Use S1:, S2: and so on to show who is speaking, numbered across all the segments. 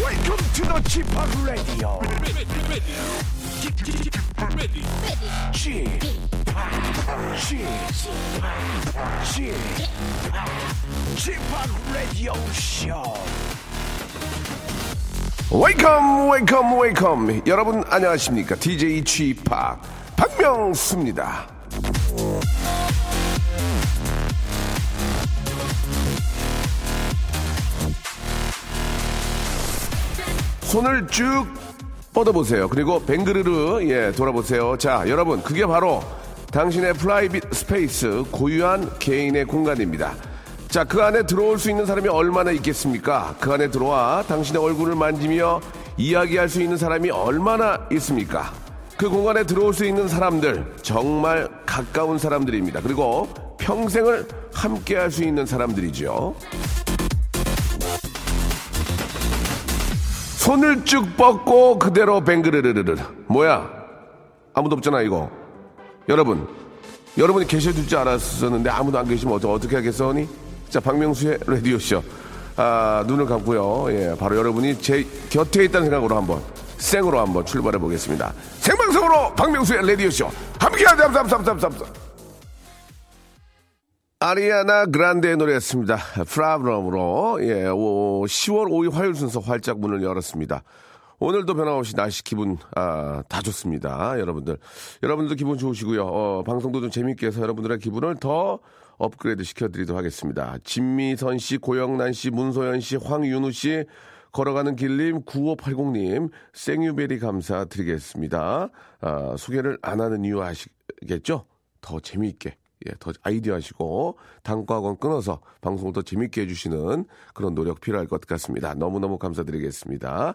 S1: Welcome to the g p o p Radio. g p o p G p o p Radio Show. 웨이컴 웨이컴 웨이컴 여러분 안녕하십니까 DJ g p o p 박명수입니다. 손을 쭉 뻗어보세요. 그리고 뱅그르르 예 돌아보세요. 자 여러분 그게 바로 당신의 프라이빗 스페이스 고유한 개인의 공간입니다. 자 그 안에 들어올 수 있는 사람이 얼마나 있겠습니까? 그 안에 들어와 당신의 얼굴을 만지며 이야기할 수 있는 사람이 얼마나 있습니까? 그 공간에 들어올 수 있는 사람들 정말 가까운 사람들입니다. 그리고 평생을 함께할 수 있는 사람들이죠. 손을 쭉 뻗고 그대로 뱅그르르르르. 뭐야? 아무도 없잖아, 이거. 여러분. 여러분이 계실 줄 알았었는데 아무도 안 계시면 어떡- 어떻게 하겠어니? 자, 박명수의 라디오쇼. 아, 눈을 감고요. 예, 바로 여러분이 제 곁에 있다는 생각으로 한번 생으로 한번 출발해 보겠습니다. 생방송으로 박명수의 라디오쇼. 함께 하자, 함, 함, 함, 함, 함. 아리아나 그란데의 노래였습니다. 프라브럼으로 예, 오, 10월 5일 화요일 순서 활짝 문을 열었습니다. 오늘도 변함없이 날씨 기분 아, 다 좋습니다. 여러분들 여러분들도 기분 좋으시고요. 어, 방송도 좀 재밌게 해서 여러분들의 기분을 더 업그레이드 시켜드리도록 하겠습니다. 진미선 씨, 고영란 씨, 문소연 씨, 황윤우 씨 걸어가는 길님 9580님 생유베리 감사드리겠습니다. 아, 소개를 안 하는 이유 아시겠죠? 더 재미있게 예, 더 아이디어 하시고 단과학원 끊어서 방송을 더 재밌게 해주시는 그런 노력 필요할 것 같습니다. 너무너무 감사드리겠습니다.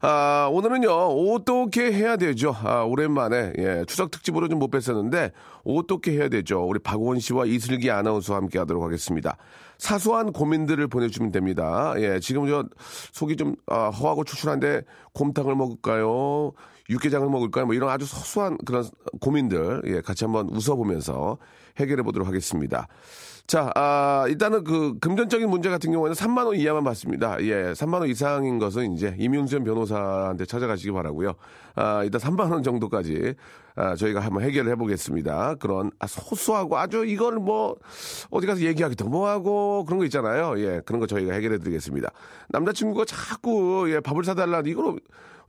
S1: 아, 오늘은요, 어떻게 해야 되죠? 아, 오랜만에, 예, 추석 특집으로 좀 못 뵀었는데, 어떻게 해야 되죠? 우리 박원 씨와 이슬기 아나운서와 함께 하도록 하겠습니다. 사소한 고민들을 보내주시면 됩니다. 예, 지금 저 속이 좀 아, 허하고 출출한데, 곰탕을 먹을까요? 육개장을 먹을까요? 뭐 이런 아주 소소한 그런 고민들 예, 같이 한번 웃어보면서 해결해 보도록 하겠습니다. 자, 아, 일단은 그 금전적인 문제 같은 경우에는 3만 원 이하만 받습니다. 예, 3만 원 이상인 것은 이제 임윤수현 변호사한테 찾아가시기 바라고요. 아, 일단 3만 원 정도까지 아, 저희가 한번 해결을 해보겠습니다. 그런 아, 소소하고 아주 이걸 뭐 어디 가서 얘기하기도 뭐하고 그런 거 있잖아요. 예, 그런 거 저희가 해결해드리겠습니다. 남자친구가 자꾸 예, 밥을 사달라는 이걸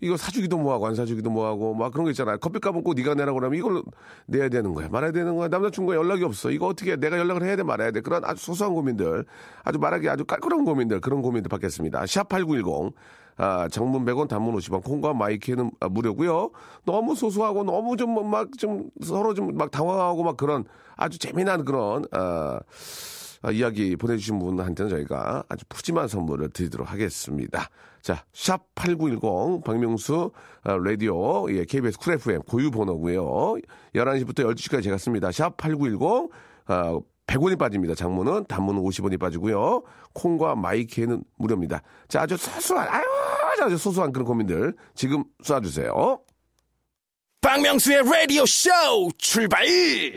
S1: 이거 사주기도 뭐하고 안 사주기도 뭐하고 막 그런 거 있잖아요. 커피값은 꼭 네가 내라고 그러면 이걸 내야 되는 거야. 말아야 되는 거야. 남자친구가 연락이 없어. 이거 어떻게 해? 내가 연락을 해야 돼 말아야 돼. 그런 아주 소소한 고민들. 아주 말하기 아주 깔끔한 고민들. 그런 고민들 받겠습니다. 샵8910. 아, 장문 100원, 단문 50원, 콩과 마이키는 아, 무료고요. 너무 소소하고 너무 좀 막 좀 서로 좀 막 당황하고 막 그런 아주 재미난 그런 아, 아, 이야기 보내주신 분한테는 저희가 아주 푸짐한 선물을 드리도록 하겠습니다. 자, 샵 8910 박명수 아, 라디오 예, KBS 쿨 FM 고유 번호고요. 11시부터 12시까지 제가 씁니다. 샵 8910 아, 100원이 빠집니다. 장문은 단문은 50원이 빠지고요. 콩과 마이키에는 무료입니다. 자, 아주 소소한 아유 아주 아주 소소한 그런 고민들 지금 쏴주세요.
S2: 박명수의 라디오 쇼 출발!
S3: 네,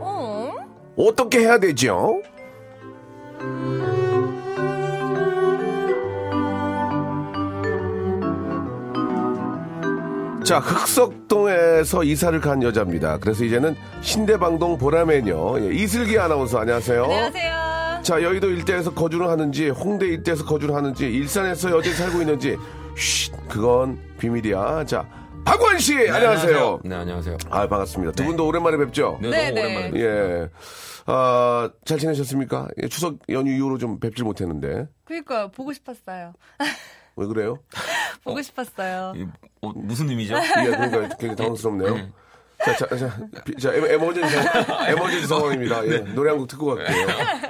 S4: 어?
S1: 어떻게 해야 되죠? 자, 흑석동에서 이사를 간 여자입니다. 그래서 이제는 신대방동 보라매녀 예, 이슬기 아나운서 안녕하세요.
S4: 안녕하세요.
S1: 자, 여의도 일대에서 거주를 하는지 홍대 일대에서 거주를 하는지 일산에서 여전히 살고 있는지 쉿, 그건 비밀이야. 자, 박원 씨 안녕하세요.
S3: 네, 안녕하세요.
S1: 아, 반갑습니다. 두 분도 오랜만에 뵙죠?
S3: 네,
S4: 네,
S3: 너무
S4: 네.
S3: 오랜만에.
S1: 예. 아, 잘 지내셨습니까? 예, 추석 연휴 이후로 좀 뵙질 못했는데.
S4: 그러니까 보고 싶었어요.
S1: 왜 그래요?
S4: 보고 싶었어요.
S3: 이, 어, 무슨 의미죠?
S1: 예, 그러니까 굉장히 당황스럽네요. 자, 자, 자, 비- 자 에- 에머전시, 상- 에머전시 상황입니다. 예,
S3: 네.
S1: 노래 한 곡 듣고 갈게요.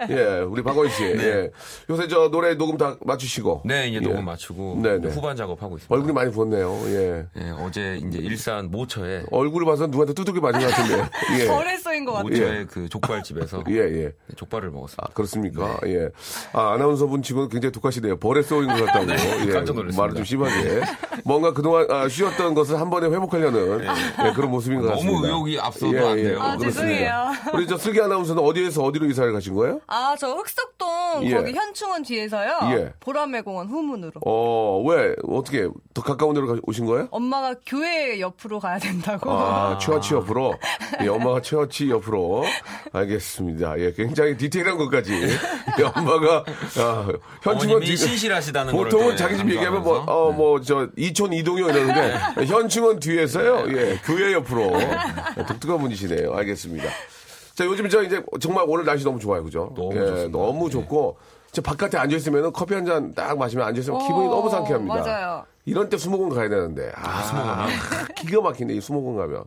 S1: 예, 우리 박원 씨. 예. 요새 저 노래 녹음 다 맞추시고.
S3: 네, 이제
S1: 예.
S3: 녹음 맞추고
S1: 네, 네.
S3: 후반 작업하고 있습니다.
S1: 얼굴이 많이 부었네요. 예.
S3: 예, 어제 이제 일산 모처에
S1: 얼굴을 봐서 누구한테 뚜둑이 맞은 것 같은데. 예.
S4: 벌에 쏘인 것 같아요.
S3: 모처의 그 족발집에서
S1: 예, 예.
S3: 족발을
S1: 아,
S3: 먹었습니다.
S1: 그렇습니까?
S3: 네.
S1: 예. 아, 아나운서 분 치고는 굉장히 독하시네요. 벌에 쏘인 것 같다고. 예.
S3: 깜짝 놀랐습니다.
S1: 말을 좀 심하게. 뭔가 그동안 아, 쉬었던 것을 한 번에 회복하려는 예, 그런 모습인 것 같습니다.
S3: 네. 너무
S1: 예,
S3: 의욕이 앞서도 안 돼요.
S4: 아, 죄송해요.
S1: 우리 저 슬기 아나운서는 어디에서 어디로 이사를 가신 거예요?
S4: 아, 저 흑석동
S1: 예.
S4: 거기 현충원 뒤에서요.
S1: 예.
S4: 보라매 공원 후문으로.
S1: 어, 왜? 어떻게? 더 가까운 데로 가- 오신 거예요?
S4: 엄마가 교회 옆으로 가야 된다고.
S1: 아, 최어치 옆으로. 예, 엄마가 최어치 옆으로. 알겠습니다. 예, 굉장히 디테일한 것까지. 예, 엄마가, 아, 현충원
S3: 어머님이
S1: 뒤,
S3: 신실하시다는 걸
S1: 보통은
S3: 또
S1: 자기 집
S3: 강조하면서. 네.
S1: 얘기하면 뭐, 어, 뭐, 저, 이촌 이동요 이러는데, 현충원
S3: 네.
S1: 뒤에서요, 예, 교회 옆으로. 예, 독특한 분이시네요. 알겠습니다. 자, 요즘 저 이제 정말 오늘 날씨 너무 좋아요. 그죠?
S3: 너무
S1: 예,
S3: 좋습니다. 네.
S1: 너무 좋고, 저 바깥에 앉아있으면 커피 한 잔 딱 마시면 앉아있으면 기분이
S4: 어,
S1: 너무 상쾌합니다.
S4: 맞아요.
S1: 이런 때 수목원 가야 되는데. 아, 기가 막히네, 이 수목원 가면.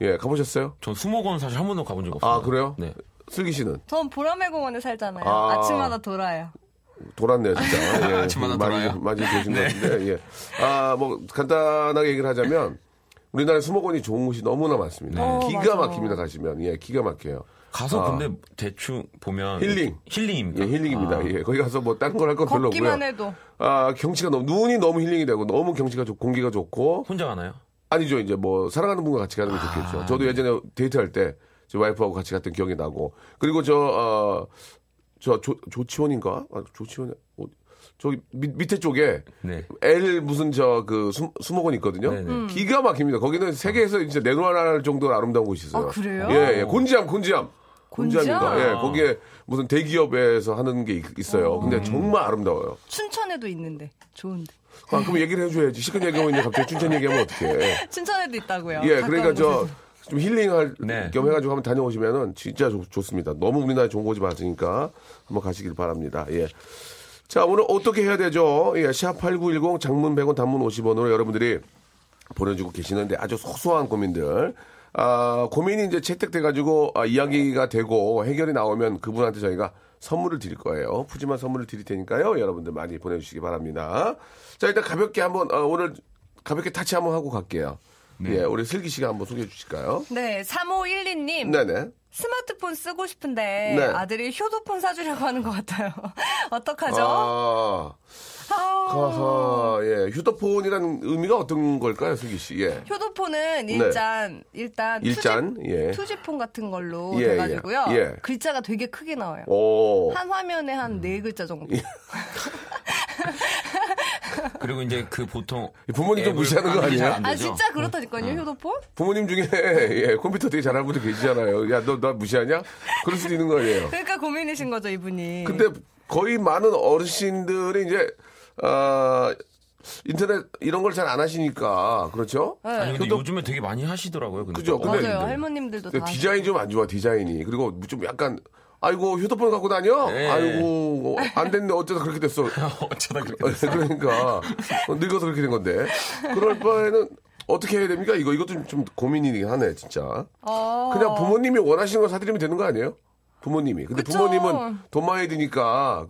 S1: 예, 가보셨어요?
S3: 전 수목원 사실 한 번도 가본 적 없어요.
S1: 아, 그래요?
S3: 네.
S1: 슬기 씨는?
S4: 전 보라매 공원에 살잖아요.
S1: 아.
S4: 아. 침마다 돌아요.
S1: 돌았네요, 진짜. 예,
S3: 아침마다
S1: 많이,
S3: 돌아요. 네.
S1: 많이 계신 것 같은데, 예. 아, 뭐, 간단하게 얘기를 하자면, 우리나라에 수목원이 좋은 곳이 너무나 많습니다.
S3: 네.
S4: 어,
S1: 기가
S4: 맞아.
S1: 막힙니다, 가시면. 예, 기가 막혀요.
S3: 가서
S1: 아.
S3: 근데 대충 보면
S1: 힐링.
S3: 힐링입니다.
S1: 예, 힐링입니다.
S3: 아.
S1: 예, 거기 가서 뭐, 다른 걸 할 건 별로 없고요.
S4: 걷기만 해도.
S1: 아, 경치가 너무, 눈이 너무 힐링이 되고, 너무 경치가 좋고, 공기가 좋고,
S3: 혼자 가나요?
S1: 아니죠. 이제 뭐 사랑하는 분과 같이 가는 게
S3: 아,
S1: 좋겠죠.
S3: 네.
S1: 저도 예전에 데이트할 때 제 와이프하고 같이 갔던 기억이 나고 그리고 저 어 저 조치원인가? 아, 조치원 어, 저기 밑, 밑에 쪽에
S3: 네.
S1: L 무슨 저 그 수목원 있거든요.
S3: 네네.
S4: 음.
S1: 기가 막힙니다. 거기는 세계에서 이제 내놓아할 정도로 아름다운 곳이 있어요.
S4: 아, 그래요?
S1: 예, 예. 곤지암, 곤지암.
S4: 곤지암?
S1: 곤지암입니다. 예, 거기에 무슨 대기업에서 하는 게 있- 있어요. 근데
S4: 음.
S1: 정말 아름다워요.
S4: 춘천에도 있는데. 좋은데.
S1: 아, 그럼 얘기를 해줘야지. 시큰 얘기하고 있는데 갑자기 춘천 얘기하면 어떡해.
S4: 춘천에도 있다고요.
S1: 예, 그러니까
S4: 아, 가까운
S1: 저
S4: 곳에서.
S1: 좀 힐링할
S3: 네.
S1: 겸 해가지고 한번 다녀오시면은 진짜 좋, 습니다 너무 우리나라 좋은 곳이 많으니까 한번 가시길 바랍니다. 예. 자, 오늘 어떻게 해야 되죠? 예, 샵8910 장문 100원 단문 50원으로 여러분들이 보내주고 계시는데 아주 소소한 고민들. 아, 고민이 이제 채택돼가지고 아, 이야기가 되고 해결이 나오면 그분한테 저희가 선물을 드릴 거예요. 푸짐한 선물을 드릴 테니까요. 여러분들 많이 보내주시기 바랍니다. 자, 일단 가볍게 한번 어, 오늘 가볍게 타치 한번 하고 갈게요. 예, 우리 슬기 씨가 한번 소개해 주실까요?
S4: 네, 3512님.
S1: 네네.
S4: 스마트폰 쓰고 싶은데
S1: 네.
S4: 아들이 효도폰 사주려고 하는 것 같아요. 어떡하죠?
S1: 아,
S4: 아우.
S1: 하하, 예. 휴대폰이라는 의미가 어떤 걸까요, 슬기 씨? 예.
S4: 효도폰은 일단 일단
S1: 일잔, 예.
S4: 투지폰 같은 걸로
S1: 예,
S4: 돼가지고요.
S1: 예, 어. 예.
S4: 글자가 되게 크게 나와요.
S1: 오.
S4: 한 화면에 한 네
S1: 음.
S4: 글자
S1: 예,
S4: 정도.
S3: 그리고 이제 그 보통
S1: 부모님 좀
S3: 앱을
S1: 무시하는 거
S3: 깔기
S1: 아니야?
S3: 잘안
S4: 아
S3: 되죠?
S4: 진짜
S1: 음.
S4: 그렇다니까요 효도폰?
S1: 부모님 중에 예, 컴퓨터 되게 잘하는 분들 계시잖아요. 야, 너 나 무시하냐? 그럴 수도 있는 거예요.
S4: 그러니까 고민이신 거죠 이분이.
S1: 근데 거의 많은 어르신들이 이제 아, 인터넷 이런 걸 잘 안 하시니까 그렇죠?
S4: 네.
S3: 아니 근데
S1: 그것도-
S3: 요즘에 되게 많이 하시더라고요. 근데
S1: 그죠? 근데
S4: 맞아요 할머님들도 다.
S1: 근데 디자인이 좀 안 좋아 디자인이 그리고 뭐 좀 약간 아이고 휴대폰 갖고 다녀?
S3: 네.
S1: 아이고 어, 안 됐네 어쩌다 그렇게 됐어?
S3: 어쩌다 그렇게 됐어요.
S1: 그러니까 어, 늙어서 그렇게 된 건데 그럴 바에는 어떻게 해야 됩니까? 이거 이것도 좀, 좀 고민이긴 하네 진짜.
S4: 어.
S1: 그냥 부모님이 원하시는 거 사드리면 되는 거 아니에요? 부모님이. 근데
S4: 그쵸.
S1: 부모님은 돈 많이 드니까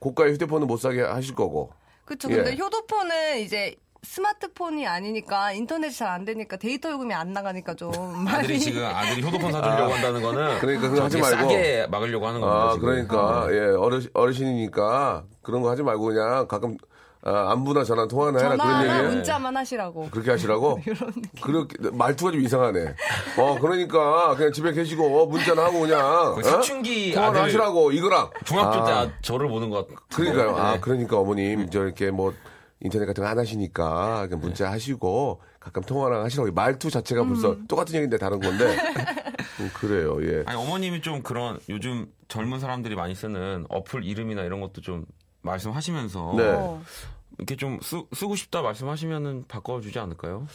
S1: 고가의 휴대폰은 못 사게 하실 거고.
S4: 그쵸.
S1: 예.
S4: 근데 효도폰은 이제 스마트폰이 아니니까 인터넷이 잘 안 되니까 데이터 요금이 안 나가니까 좀 많이.
S3: 아들이 지금 아들이 효도폰 사주려고 한다는 거는
S1: 그러니까 그거 하지
S3: 저기
S1: 말고.
S3: 싸게 막으려고 하는 겁니다.
S1: 아,
S3: 네, 지금.
S1: 그러니까 예 어르신, 어르신이니까 그런 거 하지 말고 그냥 가끔 아, 안부나 전화 통화나 해라 그런
S4: 전화나
S1: 얘기예요.
S4: 문자만 하시라고.
S1: 그렇게 하시라고?
S4: 이런 느낌.
S1: 그렇게 말투가 좀 이상하네. 어 그러니까 그냥 집에 계시고 어, 문자나 하고 그냥
S3: 거의
S1: 어?
S3: 사춘기
S1: 통화나
S3: 아들.
S1: 하시라고 이거랑
S3: 중학교
S1: 아.
S3: 때 아, 저를 보는 것 네. 같아요.
S4: 네.
S1: 그러니까요. 아, 그러니까 어머님, 저 이렇게 뭐, 인터넷 같은 거 안 하시니까, 그냥 문자 하시고, 가끔 통화랑 하시라고. 말투 자체가 벌써
S4: 음.
S1: 똑같은 얘기인데 다른 건데. 음, 그래요, 예.
S3: 아니 어머님이 좀 그런 요즘 젊은 사람들이 많이 쓰는 어플 이름이나 이런 것도 좀 말씀하시면서
S1: 네.
S4: 어.
S3: 이렇게 좀 쓰, 쓰고 싶다 말씀하시면은 바꿔주지 않을까요?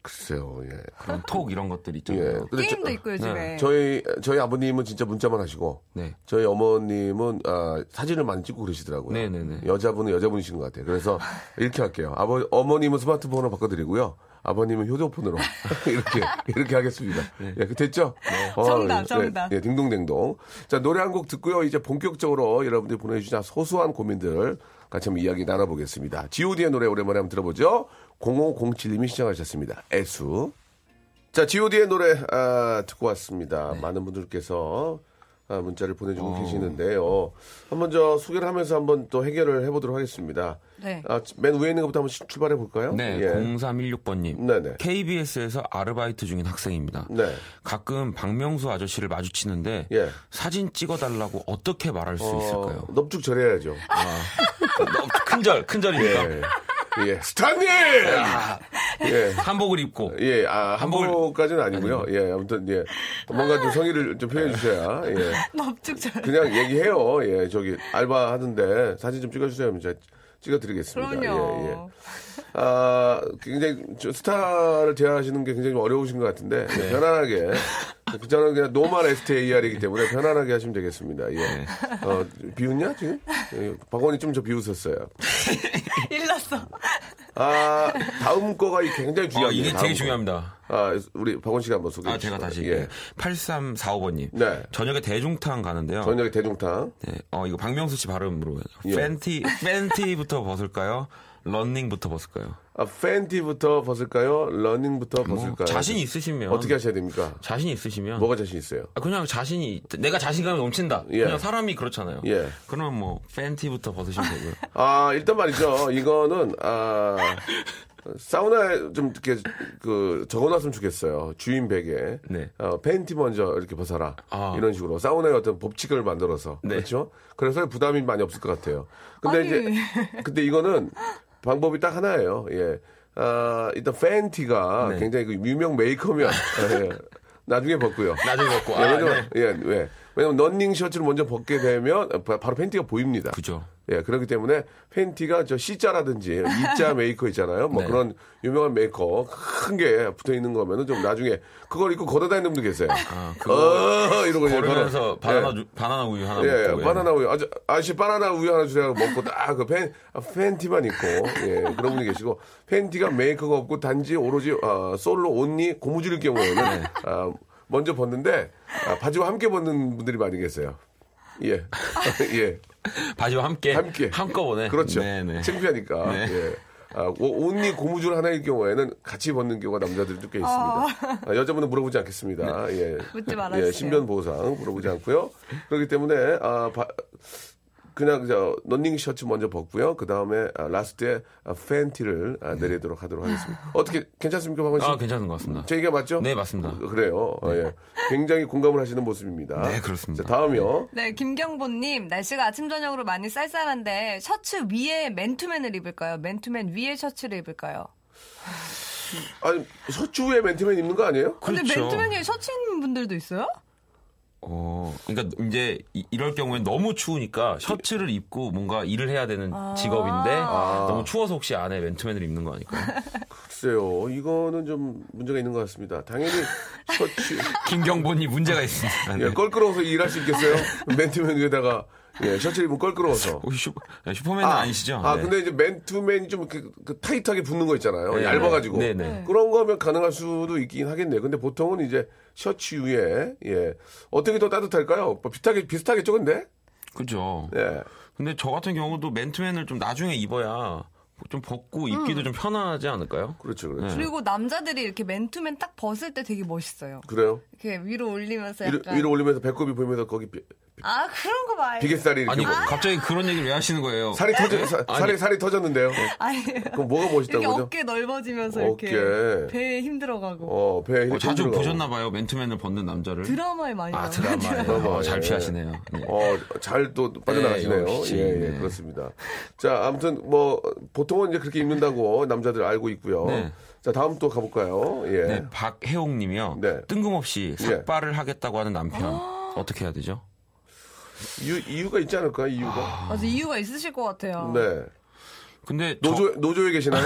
S1: 글쎄요, 예.
S3: 그런 톡 이런 것들
S1: 예.
S3: 있잖아요.
S1: 근데
S4: 게임도 있고 요즘에.
S3: 네.
S1: 저희, 저희 아버님은 진짜 문자만 하시고,
S3: 네.
S1: 저희 어머님은 아, 사진을 많이 찍고 그러시더라고요.
S3: 네네네.
S1: 여자분은 여자분이신 것 같아요. 그래서 이렇게 할게요. 아버 어머님은 스마트폰으로 바꿔드리고요. 아버님은 휴대폰으로 이렇게 이렇게 하겠습니다. 예, 됐죠? 어,
S4: 정답,
S1: 예,
S4: 정답.
S1: 예, 딩동댕동. 자 노래 한 곡 듣고요. 이제 본격적으로 여러분들이 보내주신 아, 소소한 고민들 같이 한번 이야기 나눠보겠습니다. G.O.D의 의 노래 오랜만에 한번 들어보죠. 0507님이 시청하셨습니다. 애수. 자, G.O.D의 의 노래 아, 듣고 왔습니다.
S3: 네.
S1: 많은 분들께서 아, 문자를 보내주고
S3: 어.
S1: 계시는데요. 한번 저 소개를 하면서 한번 또 해결을 해보도록 하겠습니다.
S4: 네.
S1: 아, 맨 위에 있는 것부터 한번 시- 출발해 볼까요?
S3: 네,
S1: 예. 음.
S3: 0316번님.
S1: 네네.
S3: KBS에서 아르바이트 중인 학생입니다.
S1: 네.
S3: 가끔 박명수 아저씨를 마주치는데
S1: 예.
S3: 사진 찍어달라고 어떻게 말할 수 있을까요?
S1: 어, 넙죽 절해야죠.
S3: 큰절, 큰절입니다.
S1: 예. 예. 스타님! 예.
S3: 한복을 입고
S1: 예, 아,
S3: 한복을-
S1: 한복까지는 아니고요. 예, 아무튼, 예. 뭔가 좀 성의를 좀 표현해 주셔야, 예.
S4: 넙죽절.
S1: 그냥 얘기해요. 예, 저기, 알바 하던데 사진 좀 찍어주세요. 하면 제가 찍어드리겠습니다.
S4: 그럼요.
S1: 예, 예. 아, 굉장히 저 스타를 제안하시는 게 굉장히 좀 어려우신 것 같은데 예,
S3: 네.
S1: 편안하게 그냥 그냥 노멀 STAR이기 때문에 편안하게 하시면 되겠습니다. 예. 어, 비웃냐 지금? 예, 박원이 좀 저 비웃었어요. 예,
S4: 일났어.
S1: 아 다음 거가 굉장히
S3: 어,
S1: 중요합니다.
S3: 이게
S1: 다음
S3: 되게
S1: 거.
S3: 중요합니다.
S1: 아 우리 박원 씨가 한번 소개해
S3: 아, 제가 다시
S1: 주시고요. 예. 예.
S3: 8345번님.
S1: 네.
S3: 저녁에 대중탕 가는데요.
S1: 저녁에 대중탕.
S3: 네, 어 이거 박명수 씨 발음으로
S1: 예.
S3: 팬티 팬티부터 벗을까요? 런닝부터 벗을까요?
S1: 아, 팬티부터 벗을까요? 러닝부터 벗을까요?
S3: 뭐 자신 있으시면
S1: 어떻게 하셔야 됩니까?
S3: 자신 있으시면
S1: 뭐가 자신 있어요?
S3: 아, 그냥 자신이 있- 내가 자신감이 넘친다.
S1: 예.
S3: 그냥 사람이 그렇잖아요.
S1: 예.
S3: 그러면 뭐 팬티부터 벗으시면 되고요.
S1: 아, 일단 말이죠. 이거는, 아, 사우나에 좀 이렇게 그 적어놨으면 좋겠어요. 주인 베개에.
S3: 네.
S1: 어, 팬티 먼저 이렇게 벗어라.
S3: 아.
S1: 이런 식으로. 사우나의 어떤 법칙을 만들어서.
S3: 네.
S1: 그렇죠? 그래서 부담이 많이 없을 것 같아요. 근데
S4: 아니.
S1: 이제, 근데 이거는 방법이 딱 하나예요. 예. 아, 일단 팬티가
S3: 네.
S1: 굉장히 그 유명 메이커면. 예. 나중에 벗고요.
S3: 나중에 벗고
S1: 예,
S3: 아,
S1: 왜냐면,
S3: 네.
S1: 예, 왜? 왜냐면 런닝 셔츠를 먼저 벗게 되면 바- 바로 팬티가 보입니다.
S3: 그죠.
S1: 예, 그렇기 때문에 팬티가 저 C자라든지 E자 메이커 있잖아요. 뭐
S3: 네.
S1: 그런 유명한 메이커 큰 게 붙어 있는 거면은 좀 나중에 그걸 입고 걸어 다니는 분도 계세요.
S3: 아, 그거
S1: 어, 이러고 이제
S3: 걸으면서
S1: 걸어.
S3: 바나나
S1: 예.
S3: 주- 바나나 우유 하나
S1: 예,
S3: 먹고 예.
S1: 바나나 우유. 아저, 아저씨 바나나 우유 하나 주세요. 하고 먹고 딱 그 팬, 아, 팬티만 입고, 예, 그런 분이 계시고, 팬티가 메이크가 없고, 단지 오로지, 어, 솔로 온니 고무줄일 경우에는,
S3: 네.
S1: 아, 먼저 벗는데, 아, 바지와 함께 벗는 분들이 많이 계세요. 예. 예.
S3: 바지와 함께
S1: 함께.
S3: 한꺼번에
S1: 그렇죠.
S3: 네네.
S1: 창피하니까.
S3: 네.
S1: 예. 아, 오- 온니 고무줄 하나일 경우에는 같이 벗는 경우가 남자들도 꽤 있습니다. 아, 여자분은 물어보지 않겠습니다.
S3: 네.
S1: 예.
S4: 어. 묻지 말아주세요.
S1: 예, 신변 보호상 물어보지 않고요. 그렇기 때문에 아, 바- 그냥 저 런닝 셔츠 먼저 벗고요. 그 다음에 아, 라스트에 아, 팬티를 아, 내리도록 하도록 하겠습니다. 어떻게 괜찮습니까, 박원 씨?
S3: 네. 아 괜찮은 것 같습니다.
S1: 제 얘기가 맞죠?
S3: 네, 맞습니다.
S1: 어, 그래요. 어, 예. 굉장히 공감을 하시는 모습입니다.
S3: 네, 그렇습니다.
S1: 자, 다음이요.
S4: 네, 김경보님 날씨가 아침 저녁으로 많이 쌀쌀한데 셔츠 위에 맨투맨을 입을까요? 맨투맨 위에 셔츠를 입을까요?
S3: 네.
S1: 아니, 서추에 맨투맨 입는 거 아니에요?
S4: 근데
S3: 그렇죠.
S4: 맨투맨 위에 셔츠 입는 분들도 있어요?
S3: 어, 그러니까 이제 이- 이럴 경우에 너무 추우니까 셔츠를 입고 뭔가 일을 해야 되는 직업인데
S1: 아.
S3: 너무 추워서 혹시 안에 맨투맨을 입는 거 아닐까요?
S1: 글쎄요, 이거는 좀 문제가 있는 것 같습니다. 당연히 셔츠,
S3: 김경본이 문제가 있습니다. 네.
S1: 예, 껄끄러워서 일할 수 있겠어요? 맨투맨 위에다가 예, 셔츠 입으면 껄끄러워서.
S3: 어, 슈, 슈퍼맨은 아, 니시죠
S1: 아, 근데 이제 맨투맨이 좀 이렇게 그 타이트하게 붙는 거 있잖아요.
S3: 네,
S1: 얇아가지고.
S3: 네, 네.
S1: 그런 거면 가능할 수도 있긴 하겠네요. 근데 보통은 이제 셔츠 위에, 예. 어떻게 더 따뜻할까요? 뭐 비슷하게, 비슷하겠죠, 근데?
S3: 그죠.
S1: 예.
S3: 근데 저 같은 경우도 맨투맨을 좀 나중에 입어야 좀 벗고 입기도 좀 편하지 않을까요?
S1: 그렇죠, 그렇죠.
S3: 네.
S4: 그리고 남자들이 이렇게 맨투맨 딱 벗을 때 되게 멋있어요.
S1: 그래요?
S4: 이렇게 위로 올리면서
S1: 위로,
S4: 약간
S1: 위로 올리면서 배꼽이 보이면서 거기 비,
S4: 아 그런 거 말고
S1: 비계살이 이렇게.
S3: 아니 네?
S1: 보-
S3: 갑자기 그런 얘기를 왜 하시는 거예요?
S1: 살이 터져, 사- 살이, 살이 터졌는데요.
S3: 네.
S4: 아니
S1: 그럼 뭐가 멋있다는
S4: 이렇게
S1: 거죠?
S4: 어깨 넓어지면서
S1: 어깨.
S4: 이렇게 배에 힘들어가고
S1: 어, 배에 힘이
S3: 어, 자주
S1: 힘들어가고.
S3: 보셨나 봐요 맨투맨을 벗는 남자를.
S4: 드라마에 많이
S3: 아
S4: 나와요.
S3: 드라마요.
S1: 드라마,
S3: 어, 잘
S1: 예.
S3: 피하시네요. 네.
S1: 어, 잘 또 빠져나가시네요.
S3: 네, 역시.
S1: 예, 예,
S3: 네.
S1: 그렇습니다. 자, 아무튼 뭐 보통은 이제 그렇게 입는다고 남자들 알고 있고요.
S3: 네.
S1: 자, 다음 또 가볼까요? 예.
S3: 네, 박혜옥 님이요.
S1: 네.
S3: 뜬금없이 삭발을 하겠다고 하는 남편.
S4: 아.
S3: 어떻게 해야 되죠?
S1: 이유, 이유가 있지 않을까요? 이유가?
S4: 맞아 이유가 있으실 것 같아요.
S1: 네.
S3: 근데 저-
S1: 노조 노조에 계시나요?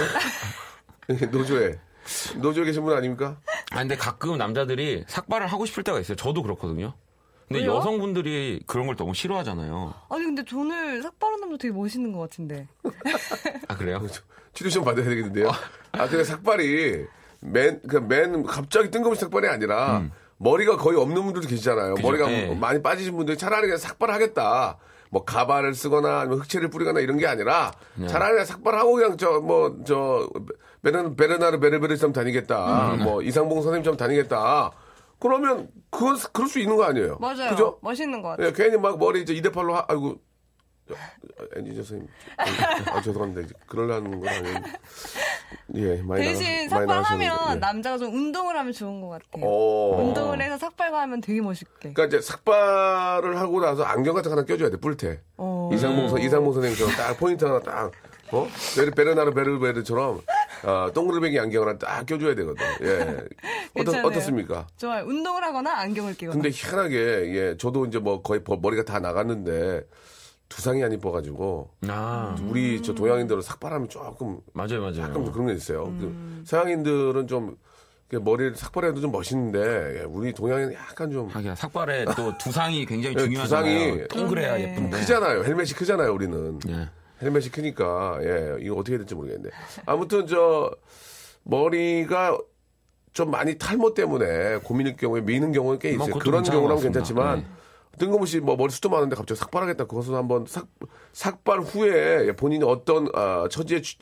S1: 예, 노조에 노조에 계신 분 아닙니까?
S3: 아 근데 가끔 남자들이 삭발을 하고 싶을 때가 있어요. 저도 그렇거든요. 근데
S4: 왜요?
S3: 여성분들이 그런 걸 너무 싫어하잖아요.
S4: 아니 근데 돈을 삭발한 남도 되게 멋있는 것 같은데.
S3: 아 그래요?
S1: 치료 좀 받아야 되겠는데요. 아, 근데 삭발이 맨, 그러니까 맨 갑자기 뜬금없이 삭발이 아니라 머리가 거의 없는 분들도 계시잖아요. 머리가
S3: 예.
S1: 많이 빠지신 분들이 차라리 그냥 삭발하겠다. 뭐 가발을 쓰거나 아니면 흑채를 뿌리거나 이런 게 아니라 차라리 그냥 삭발하고 그냥 저 뭐 저 베르 베르나르 베르베르처럼 다니겠다. 뭐 이상봉 선생님처럼 다니겠다. 그러면 그건 스- 그럴 수 있는 거 아니에요?
S4: 맞아요.
S1: 그죠?
S4: 멋있는 것 같아요.
S1: 예, 괜히 막 머리 이제 이대팔로 하, 아이고 엔지니어 선생님 아, 죄송합니다. 이제 그러려는 건 아닌데 예 많이
S4: 대신
S1: 나가- 많이
S4: 삭발하면
S1: 나가셨는데, 예.
S4: 남자가 좀 운동을 하면 좋은 것 같아요.
S1: 어.
S4: 운동을 해서 삭발하면 되게 멋있게.
S1: 그러니까 이제 삭발을 하고 나서 안경 같은 거 하나 껴줘야 돼 뿔테
S4: 어.
S1: 이상봉 선 이상봉 선생님처럼 딱 포인트 하나 딱 어? 베르, 베르나르 베르베르처럼 아, 동그르뱅이 안경 하나 딱 껴줘야 되거든. 예. 어떻,
S4: 괜찮아요.
S1: 어떻습니까?
S4: 좋아요. 운동을 하거나 안경을 끼거나.
S1: 근데 희한하게 예 저도 이제 뭐 거의 버- 머리가 다 나갔는데 두상이 안 이뻐가지고
S3: 아
S1: 우리 저 동양인들은 삭발하면 조금
S3: 맞아요 맞아요.
S1: 약간 좀 그런 게 있어요. 그 서양인들은 좀 이렇게 머리를 삭발해도 좀 멋있는데 예, 우리 동양인은 약간 좀
S3: 하긴 삭발에 또 두상이 굉장히
S1: 예,
S3: 중요하잖아요.
S1: 두상이
S3: 동그래야
S4: 그러네.
S3: 예쁜데.
S1: 크잖아요. 헬멧이 크잖아요. 우리는
S3: 예.
S1: 헬멧이 크니까 예 이거 어떻게 해야 될지 모르겠네. 아무튼 저 머리가 좀 많이 탈모 때문에 고민일 경우에 미는 경우는 꽤
S3: 뭐
S1: 있어요.
S3: 그것도
S1: 그런
S3: 괜찮은
S1: 경우라면
S3: 것 같습니다. 네.
S1: 괜찮지만 뜬금없이 뭐 머리 숱도 많은데 갑자기 삭발하겠다. 그것은 한번 삭, 삭발 후에 본인이 어떤 아, 처지에 취,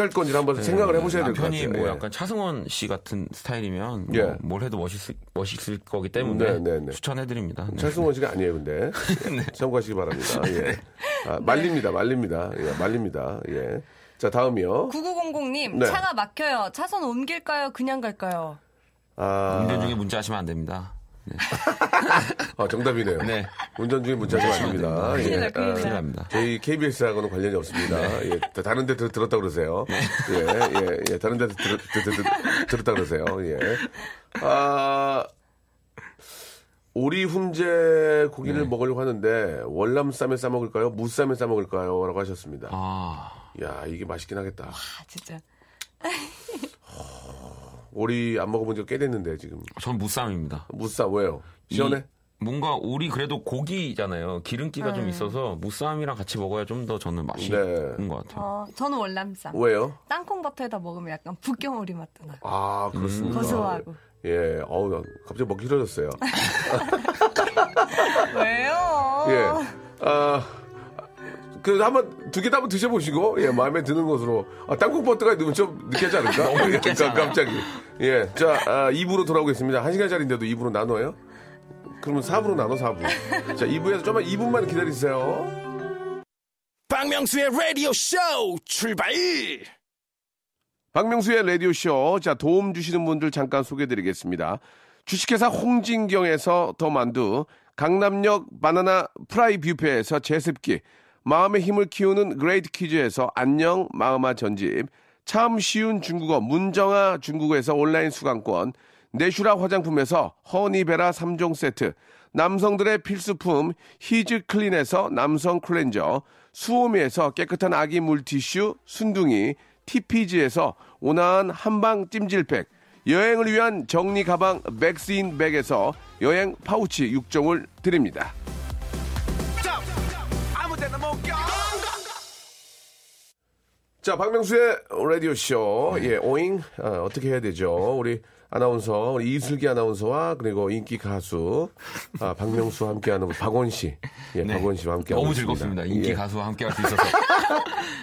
S1: 할 건지를 한번 생각을 해보셔야 될 것 같아요.
S3: 네. 남편이 뭐
S1: 예.
S3: 약간 차승원 씨 같은 스타일이면 뭐
S1: 예.
S3: 뭘 해도 멋있을, 멋있을 거기 때문에
S1: 네, 네, 네.
S3: 추천해드립니다. 네.
S1: 찰승원 씨가 아니에요, 근데. 예, 참고하시기 바랍니다. 예. 아, 말립니다, 말립니다. 예, 말립니다. 예. 자, 다음이요.
S4: 9900님,
S1: 네.
S4: 차가 막혀요. 차선 옮길까요? 그냥 갈까요?
S1: 아,
S3: 운전 중에 문자하시면 안 됩니다.
S1: 아, 정답이네요.
S3: 네.
S1: 운전 중에 문자가 아닙니다.
S3: 큰일
S4: 날, 큰일
S1: 아,
S4: 날.
S3: 납니다. 네.
S1: 저희 KBS하고는 관련이 없습니다. 예, 다- 다른 데 들, 들었다 그러세요. 예, 예, 예, 다른 데 들, 들, 들, 들, 들었다 그러세요. 예. 아, 오리 훈제 고기를
S3: 네.
S1: 먹으려고 하는데 월남쌈에 싸 먹을까요? 무쌈에 싸 먹을까요? 라고 하셨습니다.
S3: 아,
S1: 야, 이게 맛있긴 하겠다.
S4: 아, 진짜.
S1: 오리 안 먹어본 지 꽤 됐는데 지금.
S3: 전 무쌈입니다.
S1: 무쌈 왜요?
S3: 이-
S1: 시원해?
S3: 뭔가 오리 그래도 고기잖아요. 기름기가
S4: 네.
S3: 좀 있어서 무쌈이랑 같이 먹어야 좀 더 저는 맛있는
S1: 네.
S3: 것 같아요.
S4: 어, 저는 월남쌈.
S1: 왜요?
S4: 땅콩버터에다 먹으면 약간 북경오리 맛도 나요.
S1: 아
S3: 음.
S1: 그렇습니다.
S4: 고소하고.
S1: 예, 어우 나 갑자기 먹기 싫어졌어요.
S4: 왜요?
S1: 예, 아 그래도 한번 두 개 다 한번 드셔보시고 예 마음에 드는 것으로 아, 땅콩버터가 넣으면 좀 느끼하지 않을까? 너무 느끼하지 깜짝이. 예, 자 아, 2부로 돌아오겠습니다. 한 시간짜리인데도 2부로 나눠요? 그러면 4부로 나눠 4부. 자 2부에서 좀만 2분만 기다리세요.
S2: 박명수의 라디오 쇼 출발!
S1: 박명수의 라디오쇼. 자, 도움 주시는 분들 잠깐 소개드리겠습니다. 주식회사 홍진경에서 더 만두, 강남역 바나나 프라이 뷔페에서 제습기, 마음의 힘을 키우는 그레이트 퀴즈에서 안녕 마음아 전집, 참 쉬운 중국어 문정아 중국어에서 온라인 수강권, 내슈라 화장품에서 허니베라 3종 세트, 남성들의 필수품 히즈 클린에서 남성 클렌저, 수오미에서 깨끗한 아기 물티슈 순둥이, TPG에서 온화한 한방 찜질팩, 여행을 위한 정리 가방 맥스인 백에서 여행 파우치 6종을 드립니다. 자, 박명수의 라디오쇼. 예, 오잉. 어, 떻게 해야 되죠? 우리 아나운서, 우리 이슬기 아나운서와 그리고 인기 가수, 아, 박명수와 함께하는 우리 박원 씨. 예,
S3: 네.
S1: 박원 씨와 함께하고
S3: 너무
S1: 있습니다.
S3: 즐겁습니다. 인기
S1: 예.
S3: 가수와 함께 할 수 있어서.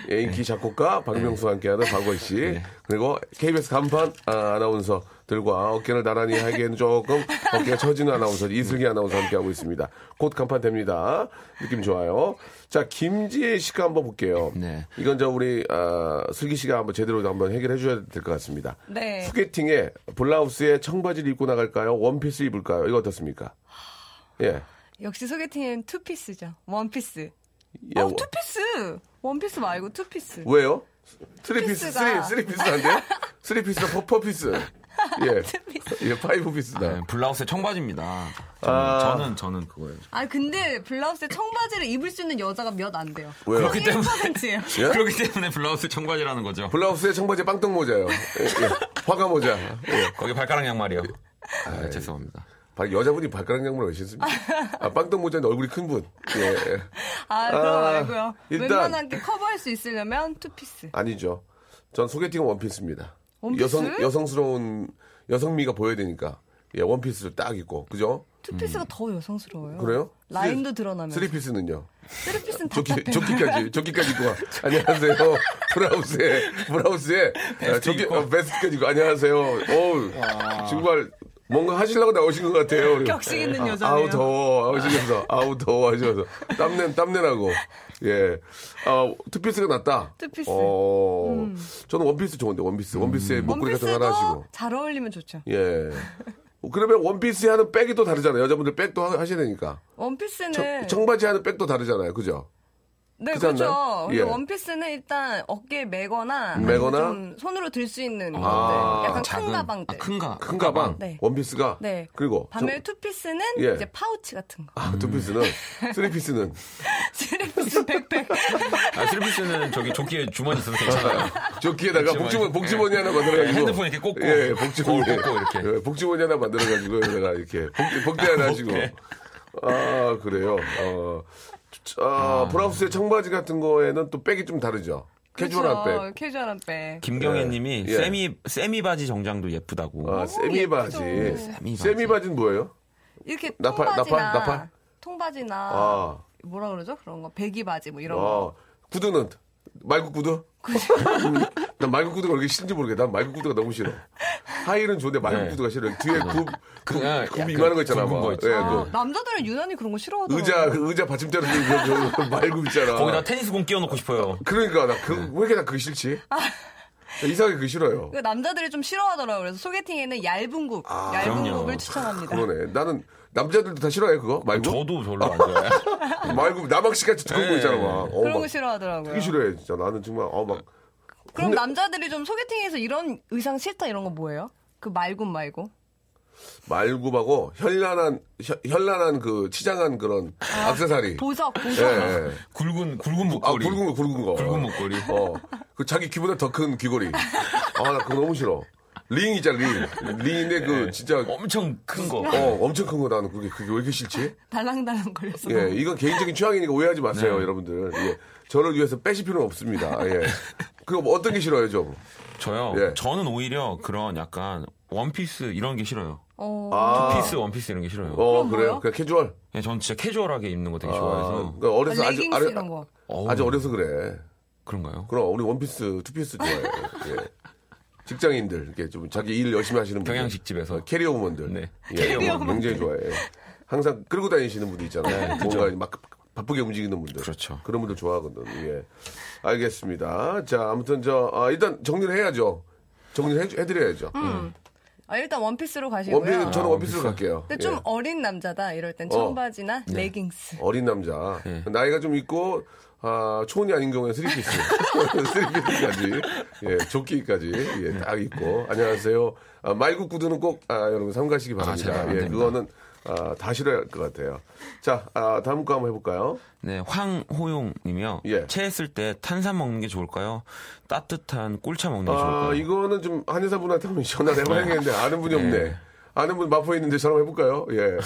S1: 예, 인기 작곡가 박명수와 함께하는 박원 씨 그리고 KBS 간판 아, 나운서들과 어깨를 나란히 하기에는 조금 어깨가 처지는 아나운서 이슬기 아나운서 함께하고 있습니다. 곧 간판 됩니다. 느낌 좋아요. 자 김지혜 씨가 한번 볼게요.
S3: 네.
S1: 이건 저 우리 아, 슬기 씨가 한번 제대로 한번 해결해 주셔야 될 것 같습니다.
S4: 네.
S1: 소개팅에 블라우스에 청바지를 입고 나갈까요? 원피스 입을까요? 이거 어떻습니까? 예.
S4: 역시 소개팅은 투피스죠. 원피스.
S1: 예,
S4: 어, 투피스! 원피스 말고 투피스.
S1: 왜요? 쓰리피스, 쓰리,
S4: 피스가.
S1: 쓰리피스인데? 쓰리피스가 퍼, 퍼피스. 예. 예,
S3: 네,
S1: 파이브피스다.
S3: 블라우스에 청바지입니다. 저는,
S1: 아.
S3: 저는, 저는 그거예요.
S4: 아, 근데 블라우스에 청바지를 입을 수 있는 여자가 몇 안 돼요.
S1: 왜요?
S3: 그렇기 때문에.
S4: 1%예요.
S1: 예?
S3: 그렇기 때문에 블라우스 청바지라는 거죠.
S1: 블라우스에 청바지에 빵떡 모자요. 예, 예. 화가 모자. 예.
S3: 거기 발가락 양말이요. 아, 죄송합니다.
S1: 바- 여자분이 발가락 양말 왜 신습니까? 아, 빵떡 모자는 얼굴이 큰 분. 예.
S4: 아,
S1: 아,
S4: 그거 말고요.
S1: 일단-
S4: 웬만하게 커버할 수 있으려면 투피스.
S1: 아니죠. 전 소개팅은 원피스입니다.
S4: 원피스?
S1: 여성 여성스러운 여성미가 보여야 되니까 예 원피스를 딱 입고 그죠?
S4: 투피스가 더 여성스러워요.
S1: 음. 그래요?
S4: 어, 라인도 드러나면서.
S1: 쓰리피스는요?
S4: 쓰리피스는
S1: 조끼,
S4: 답답해.
S1: 조끼까지, 조끼까지 입고 와. 안녕하세요. 브라우스에, 브라우스에, 아, 조끼,
S3: 입고.
S1: 어, 베스트까지 입고, 안녕하세요. 어우, 정말, 뭔가 하시려고 나오신 것 같아요.
S4: 격식 있는 여자네요.
S1: 아우, 더워. 하시면서, 아우, 더워. 하시면서. 땀내, 땀내라고. 예. 아, 투피스가 낫다.
S4: 투피스. 음.
S1: 어, 저는 원피스 좋은데, 원피스. 원피스에 목걸이 같은 거 하나 하시고.
S4: 원피스도 잘 어울리면 좋죠.
S1: 예. 그러면 원피스에 하는 백이 또 다르잖아요. 여자분들 백도 하- 하셔야 되니까.
S4: 원피스는
S1: 청, 바지 하는 백도 다르잖아요. 그죠?
S4: 네
S1: 그렇지
S4: 그렇죠.
S1: 않나요?
S4: 근데
S1: 예.
S4: 원피스는 일단 어깨에 메거나 아니면
S1: 메거나?
S4: 좀 손으로 들 수 있는 것들,
S1: 아,
S4: 약간 큰
S3: 작은-
S4: 가방들.
S3: 아, 큰 가.
S1: 큰 가방,
S4: 네.
S1: 원피스가
S4: 네.
S1: 그리고
S4: 반면에
S1: 저-
S4: 투피스는
S1: 예.
S4: 이제 파우치 같은 거.
S1: 아, 투피스는 쓰리피스는
S4: 쓰리피스 백팩.
S3: 아, 슬피스는 저기 조끼에 주머니 있어도 괜찮아요.
S1: 조끼에다가 복지머니,
S3: 복지머니. 네,
S1: 복지머니 하나 만들어가지고
S3: 핸드폰 이렇게 꽂고.
S1: 예, 예, 복지머니
S3: 거울 꽂고 이렇게.
S1: 예, 복지머니 하나 만들어가지고 여기다가 이렇게 복, 복대 하나 하시고 아 그래요. 어, 아, 브라우스의 청바지 같은 거에는 또 백이 좀 다르죠. 캐주얼한 백.
S4: 그렇죠. 캐주얼한 백.
S1: 예.
S3: 김경애님이
S1: 예.
S3: 세미 세미 바지 정장도 예쁘다고.
S1: 아, 세미 바지.
S3: 세미 바지.
S1: 세미 바지는 뭐예요?
S4: 이렇게
S1: 나팔,
S4: 통바지나
S1: 나팔, 나팔?
S4: 통바지나
S1: 아.
S4: 뭐라 그러죠? 그런 거 배기 바지 뭐 이런 거.
S1: 어, 구두는 말굽 구두? 난 말굽 구두가 그렇게 싫은지 모르겠어. 난 말굽 구두가 너무 싫어. 하이는 좋은데 말굽
S3: 네.
S1: 구두가 싫어. 뒤에 굽, 굽, 굽
S3: 그냥 약간
S1: 이만한 거 있잖아.
S3: 굵은
S1: 막.
S3: 거 있죠.
S1: 예,
S4: 아,
S1: 그
S4: 남자들은 유난히 그런 거 싫어하더라고요.
S1: 의자, 그 의자 받침대로 된 그- 그 말굽 있잖아.
S3: 거기다 네. 테니스 공 끼워놓고 싶어요.
S1: 그러니까, 나 그, 왜 이렇게 나 그게 싫지?
S3: 아.
S1: 나 이상하게 그게 싫어요.
S4: 그 남자들이 좀 싫어하더라고요. 그래서 소개팅에는 얇은 굽, 얇은
S3: 그럼요.
S4: 굽을 추천합니다.
S1: 아, 그러네. 나는 남자들도 다 싫어해, 그거? 말굽?
S3: 저도 별로 안 좋아해요.
S1: 말굽, 남학식 같이 두꺼운 거
S3: 네.
S1: 있잖아. 막. 어,
S4: 그런
S1: 막
S4: 거 싫어하더라고요.
S1: 되게 싫어해, 진짜. 나는 정말, 어, 막.
S4: 그럼
S1: 근데-
S4: 남자들이 좀 소개팅에서 이런 의상 싫다 이런 거 뭐예요? 그 말굽 말고.
S1: 말굽하고 현란한 현- 현란한 그 치장한 그런 악세사리.
S4: 보석,
S1: 예,
S4: 보석.
S1: 예.
S3: 굵은 굵은
S1: 아
S3: 목걸이.
S1: 굵은 거 굵은 거.
S3: 굵은 목걸이.
S1: 어. 그 자기 귀보다 더 큰 귀걸이. 아 나 그거 너무 싫어. 링 있잖아 링. 링인데 그 진짜 어
S3: 엄청 큰 거.
S1: 엄청 큰 거 나는 그게 그게 왜 이렇게 싫지?
S4: 달랑달랑 걸려서.
S1: 예, 이건 개인적인 취향이니까 오해하지 마세요 여러분들. 예. 저를 위해서 빼실 필요는 없습니다. 예. 그럼 어떤 게 싫어요 좀?
S3: 저요.
S1: 예.
S3: 저는 오히려 그런 약간 원피스 이런 게 싫어요.
S4: 어,
S1: 아.
S3: 피스 원피스 이런 게 싫어요.
S1: 어
S4: 그럼
S1: 그래요?
S4: 뭐요?
S1: 그냥 캐주얼.
S3: 예, 전 진짜 캐주얼하게 입는 거 되게
S1: 아,
S3: 좋아해서
S1: 그러니까 어려서 아주
S4: 레깅스 이런
S1: 아주,
S4: 거.
S3: 어우,
S1: 아주 어려서 그래.
S3: 그런가요?
S1: 그럼 우리 원피스, 투피스 좋아해요. 예. 직장인들 이렇게 좀 자기 일 열심히 하시는 분들.
S3: 경양식 집에서.
S1: 캐리어 우먼들.
S3: 네.
S1: 예, 굉장히 좋아해요. 항상 끌고 다니시는 분들 있잖아요. 뭔가 막 바쁘게 움직이는 분들.
S3: 네, 그렇죠.
S1: 런 분들 좋아하거든. 예. 알겠습니다. 자, 아무튼 저 아, 일단 정리를 해야죠. 정리를 해, 드려야죠
S4: 아, 일단 원피스로 가시고요.
S1: 원피스 저는 원피스로
S3: 아, 원피스.
S1: 갈게요.
S4: 근데
S1: 예. 네.
S4: 좀 어린 남자다 이럴 땐 청바지나 레깅스.
S1: 어린 남자.
S3: 예.
S1: 나이가 좀 있고, 아, 초혼이 아닌 경우에 스리피스. 스리피스까지. 예, 조끼까지. 예, 딱 있고. 안녕하세요. 아, 말굽 구두는 꼭, 아, 여러분 삼가시기 바랍니다.
S3: 제발 안
S1: 예,
S3: 됩니다.
S1: 그거는, 아, 다 싫어야 할 것 같아요. 자, 아, 다음 거 한번 해볼까요?
S3: 네, 황호용님이요.
S1: 예.
S3: 체했을 때 탄산 먹는 게 좋을까요? 따뜻한 꿀차 먹는 게 네, 좋을까요?
S1: 아, 이거는 좀 한의사분한테 한번 전화를 해봐야겠는데, 아는 분이 없네. 아는 분 마포에 있는데 전화 해볼까요? 예.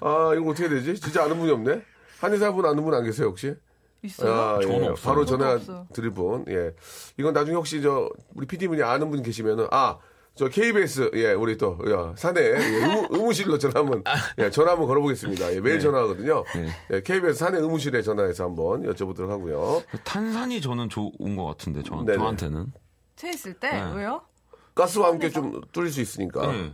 S1: 아, 이거 어떻게 되지? 진짜 아는 분이 없네? 한의사분 아는 분 안 계세요, 혹시?
S4: 있어요?
S3: 저는
S1: 예.
S3: 없어요.
S1: 바로 전화
S4: 없어요.
S1: 드릴 분. 예. 이건 나중에 혹시 저 우리 PD분이 아는 분 계시면은 아, 저 KBS 예, 우리 또 야, 사내 예, 의무, 의무실로 전화 한번
S3: 아.
S1: 예, 전화 한번 걸어 보겠습니다. 예,
S3: 네.
S1: 매일 전화하거든요. 예, KBS 사내 의무실에 전화해서 한번 여쭤보도록 하고요.
S3: 탄산이 저는 좋은 것 같은데 저,
S1: 네네.
S3: 저한테는
S4: 체했을 때
S1: 네.
S4: 왜요?
S1: 가스와 함께 좀 뚫릴 수 있으니까.
S3: 네.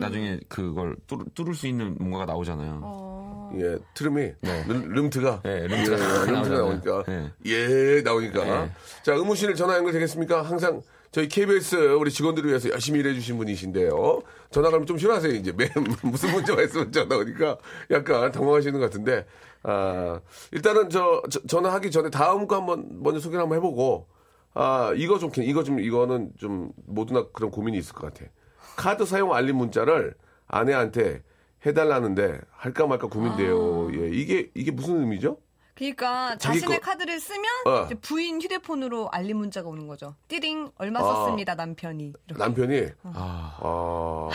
S3: 나중에 그걸 뚫, 뚫을 수 있는 뭔가가 나오잖아요.
S4: 어.
S1: 예, 트름이 름- 름트가
S3: 예, 네. 름트가
S1: 예,
S3: 딱
S1: 름트가
S3: 나오잖아요.
S1: 나오니까
S3: 예.
S1: 예 나오니까 자 의무실을 전화 연결되겠습니까? 항상 저희 KBS 우리 직원들을 위해서 열심히 일해주신 분이신데요. 전화 가면 좀 싫어하세요 이제 매 무슨 문제가 있으면 전화 오니까 약간 당황하시는 것 같은데 아 일단은 저, 저- 전화하기 전에 다음 거 한번 먼저 소개를 한번 해보고 아 이거 좀 괜- 이거 좀 이거는 좀 모두나 그런 고민이 있을 것 같아. 카드 사용 알림 문자를 아내한테 해달라는데 할까 말까 고민돼요.
S3: 아.
S1: 예, 이게 이게 무슨 의미죠?
S4: 그러니까
S1: 자기
S4: 자신의
S1: 거-
S4: 카드를 쓰면
S1: 어.
S4: 이제 부인 휴대폰으로 알림 문자가 오는 거죠. 띠링 얼마
S1: 아.
S4: 썼습니다 남편이. 이렇게. 어.
S1: 남편이 아.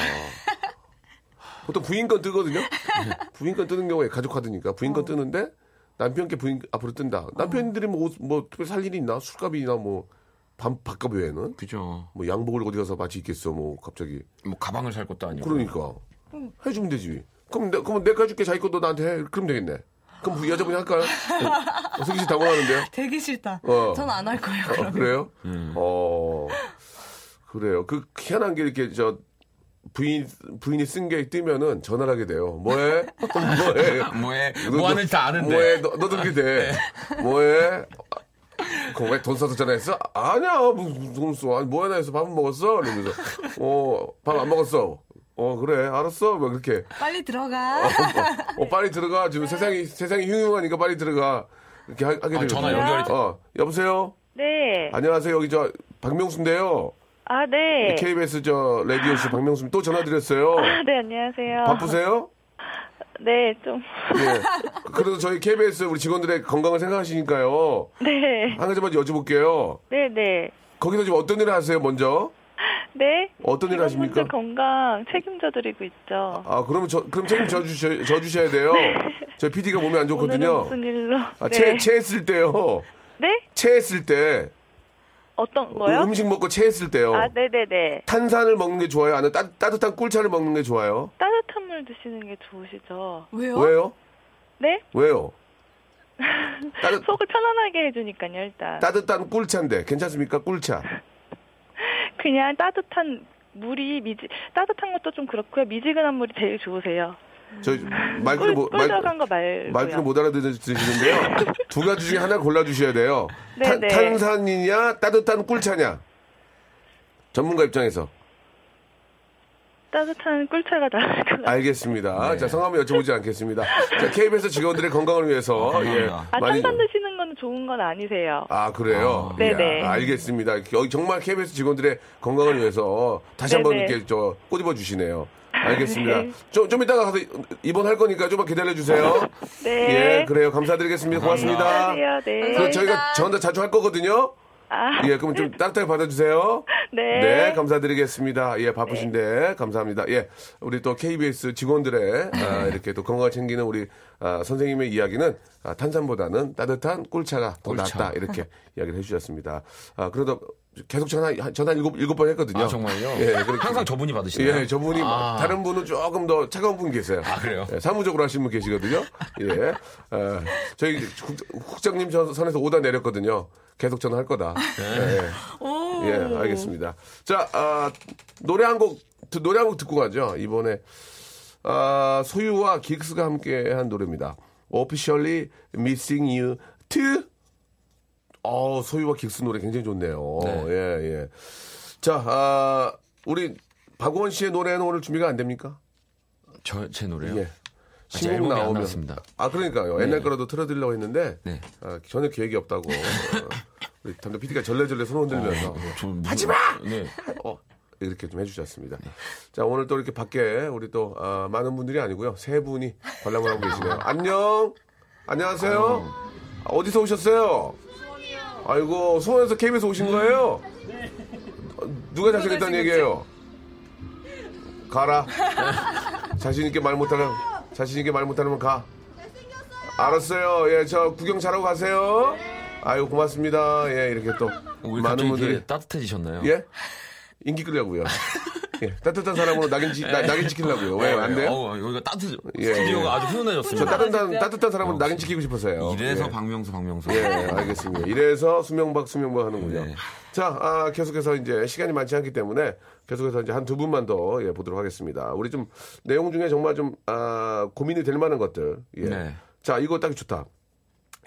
S1: 보통 부인 건 뜨거든요. 부인 건 뜨는 경우에 가족 카드니까 부인
S4: 어.
S1: 건 뜨는데 남편께 부인 앞으로 뜬다. 남편들이 뭐, 옷- 뭐 특별히 살 일이 있나 술값이나 뭐 밤 바깥 외에는
S3: 그죠.
S1: 뭐 양복을 어디 가서 마치 있겠어 뭐 갑자기
S3: 뭐 가방을 살 것도
S4: 네.
S3: 아니고.
S1: 그러니까
S4: 음.
S1: 해주면 되지 그럼 내, 그럼 내가 해줄게 자기 것도 나한테 해 그럼 되겠네 그럼 그 여자분이 할까요? 어, 승기 씨 당황하는데요?
S4: 되게 싫다.
S1: 어.
S4: 전 안 할 거예요.
S1: 어, 그래요? 어 그래요. 그 희한한 게 이렇게 저 부인 부인이 쓴 게 뜨면은 전화를 하게 돼요. 뭐해? 뭐해?
S3: 뭐해?
S1: 너,
S3: 뭐 하는지 다
S1: 너,
S3: 아는데. 네.
S1: 뭐해? 너, 너도 그렇게 돼. 뭐해? 그왜돈 써서 전화했어? 아니야, 무슨 돈 써. 아니, 뭐해, 나 해서 밥은 먹었어? 이러면서, 어, 밥 안 먹었어. 어, 그래, 알았어. 막 그렇게.
S4: 빨리 들어가.
S1: 어, 빨리 들어가. 지금 세상이, 세상이 흉흉하니까 빨리 들어가. 이렇게 하, 게 되거든요.
S3: 전화 연결이 돼.
S1: 어, 여보세요?
S5: 네.
S1: 안녕하세요. 여기 저 박명수인데요.
S5: 아, 네.
S1: KBS 저 라디오 쇼 박명수 또 전화 드렸어요.
S5: 아, 네, 안녕하세요.
S1: 바쁘세요?
S5: 네, 좀.
S1: 네. 그래도 저희 KBS 우리 직원들의 건강을 생각하시니까요.
S5: 네.
S1: 한 가지만 여쭤볼게요.
S5: 네, 네.
S1: 거기서 지금 어떤 일을 하세요, 먼저?
S5: 네.
S1: 어떤 일
S5: 지금
S1: 하십니까?
S5: 현재 건강 책임져 드리고 있죠.
S1: 아, 그러면 저, 그럼 책임져 주셔, 져 주셔야 돼요. 저희 PD가 몸이 안
S5: 네. 오늘은
S1: 좋거든요.
S5: 무슨 일로?
S1: 아,
S5: 네.
S1: 체, 체했을 때요.
S5: 네?
S1: 체했을 때.
S5: 어떤 거요?
S1: 음식 먹고 체했을 때요.
S5: 아, 네, 네, 네.
S1: 탄산을 먹는 게 좋아요? 아니면 따, 따뜻한 꿀차를 먹는 게 좋아요?
S5: 따뜻한 물 드시는 게 좋으시죠.
S4: 왜요?
S1: 왜요?
S5: 네?
S1: 왜요? 따뜻,
S5: 속을 편안하게 해 주니까요, 일단.
S1: 네. 따뜻한 꿀차인데 괜찮습니까? 꿀차.
S5: 그냥 따뜻한 물이 미지 따뜻한 것도 좀 그렇고요. 미지근한 물이 제일 좋으세요.
S1: 저
S5: 꿀,
S1: 아, 뭐 말귀를 못
S5: 꿀 들어간 거 말고요.
S1: 말귀를 뭐- 못 알아들으시는데요. 두 가지 중에 하나 골라 주셔야 돼요.
S5: 네,
S1: 탄-
S5: 네.
S1: 탄산이냐 따뜻한 꿀차냐. 전문가 입장에서
S5: 따뜻한 꿀차가 나을 것 같아요.
S1: 알겠습니다.
S3: 네.
S1: 자 성함은 여쭤보지 않겠습니다. 자 KBS 직원들의 건강을 위해서 예,
S3: 감사합니다.
S5: 아, 탄산 드시는 건 좋은 건 아니세요.
S1: 아 그래요.
S5: 네,
S1: 이야,
S5: 네.
S1: 알겠습니다. 여- 정말 KBS 직원들의 건강을 위해서 다시 한번
S5: 네, 네.
S1: 이렇게 저 꼬집어 주시네요. 알겠습니다.
S5: 네.
S1: 좀, 좀 이따가 가서 입원할 거니까 좀만 기다려 주세요.
S5: 네.
S1: 예, 그래요. 감사드리겠습니다. 고맙습니다.
S5: 안녕하세요. 네.
S1: 그 저희가 전화 자주 할 거거든요.
S5: 아,
S1: 예, 그럼 좀 따뜻하게 받아주세요.
S5: 네.
S1: 감사드리겠습니다. 예,
S3: 네.
S1: 바쁘신데 감사합니다. 예, 우리 또 KBS 직원들의
S3: 네.
S1: 아, 이렇게 또 건강 을 챙기는 우리 아, 선생님의 이야기는 아, 탄산보다는 따뜻한 꿀차가 더
S3: 꿀차.
S1: 낫다 이렇게 이야기를 해주셨습니다. 아, 그러다 계속 전화 한- 전화 일곱 일곱 번 했거든요.
S3: 아 정말요?
S1: 예, 그렇게-
S3: 항상 저분이 받으시나요?
S1: 예, 저분이 뭐 다른 분은 조금 더 차가운 분 계세요.
S3: 아, 그래요?
S1: 예, 사무적으로 하시는 분 계시거든요. 예, 아, 저희 국, 장님 선에서 오다 내렸거든요. 계속 전화할 거다.
S3: 네.
S4: 오.
S1: 예, 알겠습니다. 자, 아, 노래 한 곡, 드- 노래 한 곡 듣고 가죠. 이번에, 아, 소유와 긱스가 함께 한 노래입니다. Officially Missing You 2. 어, 소유와 긱스 노래 굉장히 좋네요.
S3: 네.
S1: 예, 예. 자, 아, 우리 박원 씨의 노래는 오늘 준비가 안 됩니까?
S3: 저, 제 노래요?
S1: 예.
S3: 아직 앨범이 안 나왔습니다.
S1: 아, 그러니까요. 옛날 거라도 틀어드리려고 했는데,
S3: 네.
S1: 아, 전혀 계획이 없다고. 어, 우리 담당 PD가 절레절레 손 흔들면서.
S3: 하지 마! 어, 네.
S1: 어, 이렇게 좀 해주셨습니다. 자, 오늘 또 이렇게 밖에 우리 또 아, 많은 분들이 아니고요. 세 분이 관람을 하고 계시네요. 안녕. 안녕하세요. 아, 어디서 오셨어요? 아이고, 수원에서 KBS 오신 거예요? 어, 누가 잘생겼다는 얘기예요? 가라. 자신 있게 말 못하면 자신 있게 말 못하면 가. 알았어요. 예, 저 구경 잘하고 가세요. 아유 고맙습니다. 예, 이렇게 또
S3: 우리
S1: 많은
S3: 갑자기
S1: 분들이
S3: 되게 따뜻해지셨나요?
S1: 예? 인기 끌려고요. 예, 따뜻한 사람으로 낙인, 지, 나, 낙인 찍히려고요. 왜? 안 돼요?
S3: 네. 어우, 여기가 따뜻,
S1: 예,
S3: 스튜디오가
S1: 예.
S3: 아주
S1: 저
S3: 훈훈해졌습니다.
S1: 따뜻한, 따뜻한 사람은 낙인 찍히고 싶어서요.
S3: 이래서
S1: 예.
S3: 박명수, 박명수.
S1: 예, 알겠습니다. 이래서 수명박, 수명박 하는군요.
S3: 네.
S1: 자, 아, 계속해서 이제 시간이 많지 않기 때문에 계속해서 이제 한 두 분만 더 예, 보도록 하겠습니다. 우리 좀 내용 중에 정말 좀, 아, 고민이 될 만한 것들. 예.
S3: 네.
S1: 자, 이거 딱 좋다.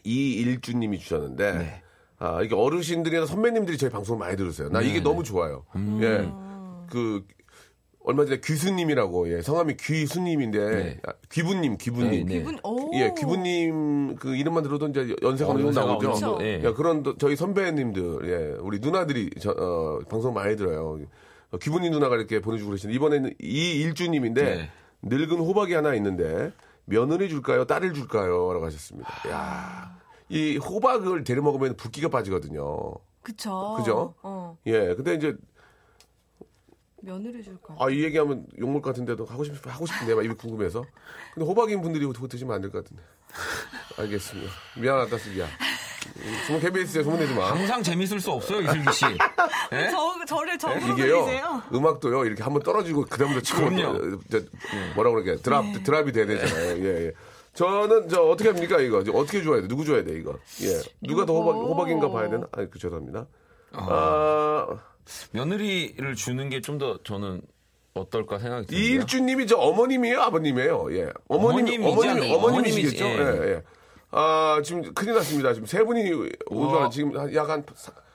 S1: 이일주님이 주셨는데
S3: 네.
S1: 아 이게 어르신들이나 선배님들이 저희 방송을 많이 들으세요. 나
S3: 네.
S1: 이게 너무 좋아요.
S3: 음.
S1: 예, 그 얼마 전에 귀수님이라고 예, 성함이 귀수님인데
S3: 네.
S1: 아, 귀부님, 귀부님.
S3: 네, 네.
S4: 이분 어. 오.
S1: 예, 귀부님 그 이름만 들어도 이제 연세가
S3: 어,
S1: 어느 정도
S3: 연세가
S1: 나오죠.
S3: 어느 정도, 예.
S1: 야, 그런 또 저희 선배님들, 예, 우리 누나들이 저, 어, 방송 많이 들어요. 어, 귀부님 누나가 이렇게 보내주고 계시는데 이번에는 이일주님인데
S3: 네.
S1: 늙은 호박이 하나 있는데 며느리 줄까요, 딸을 줄까요?라고 하셨습니다. 야, 이 호박을 데려 먹으면 붓기가 빠지거든요.
S4: 그쵸.
S1: 그죠?
S4: 어.
S1: 예, 근데 이제
S4: 며느리 줄까?
S1: 아 이 얘기하면 욕먹을 것 같은데도 하고 싶 하고 싶은데 막 입이 궁금해서. 근데 호박인 분들이 그거 드시면 안 될 것 같은데. 알겠습니다. 미안하다 쓰기야. 소문 KBS에 소문내지
S4: 어,
S1: 마. 네?
S3: 항상 재밌을 수 없어요 이슬기 씨. 예?
S4: 저, 저를 적으로
S1: 네? 이게요
S4: 들리세요?
S1: 음악도요 이렇게 한번 떨어지고 그다음부터 치고
S3: 그럼요.
S1: 어, 저, 뭐라 그러게 드랍
S4: 네.
S1: 드랍이 돼야 되잖아요. 예, 예. 저는 저 어떻게 합니까 이거 이제 어떻게 줘야 돼 누구 줘야 돼 이거 예 누가 더 호박
S4: 이거.
S1: 호박인가 봐야 되나 아니 그 죄송합니다 아
S3: 며느리를 주는 게 좀 더 저는 어떨까 생각이 듭니다.
S1: 이일주님이 저 어머님이에요 아버님이에요 예 어머님
S3: 어머님이죠.
S1: 어머님 어머님이시겠죠
S3: 어머님이지, 예.
S1: 예예 아 지금 큰일 났습니다 지금 세 분이 오전 지금 약한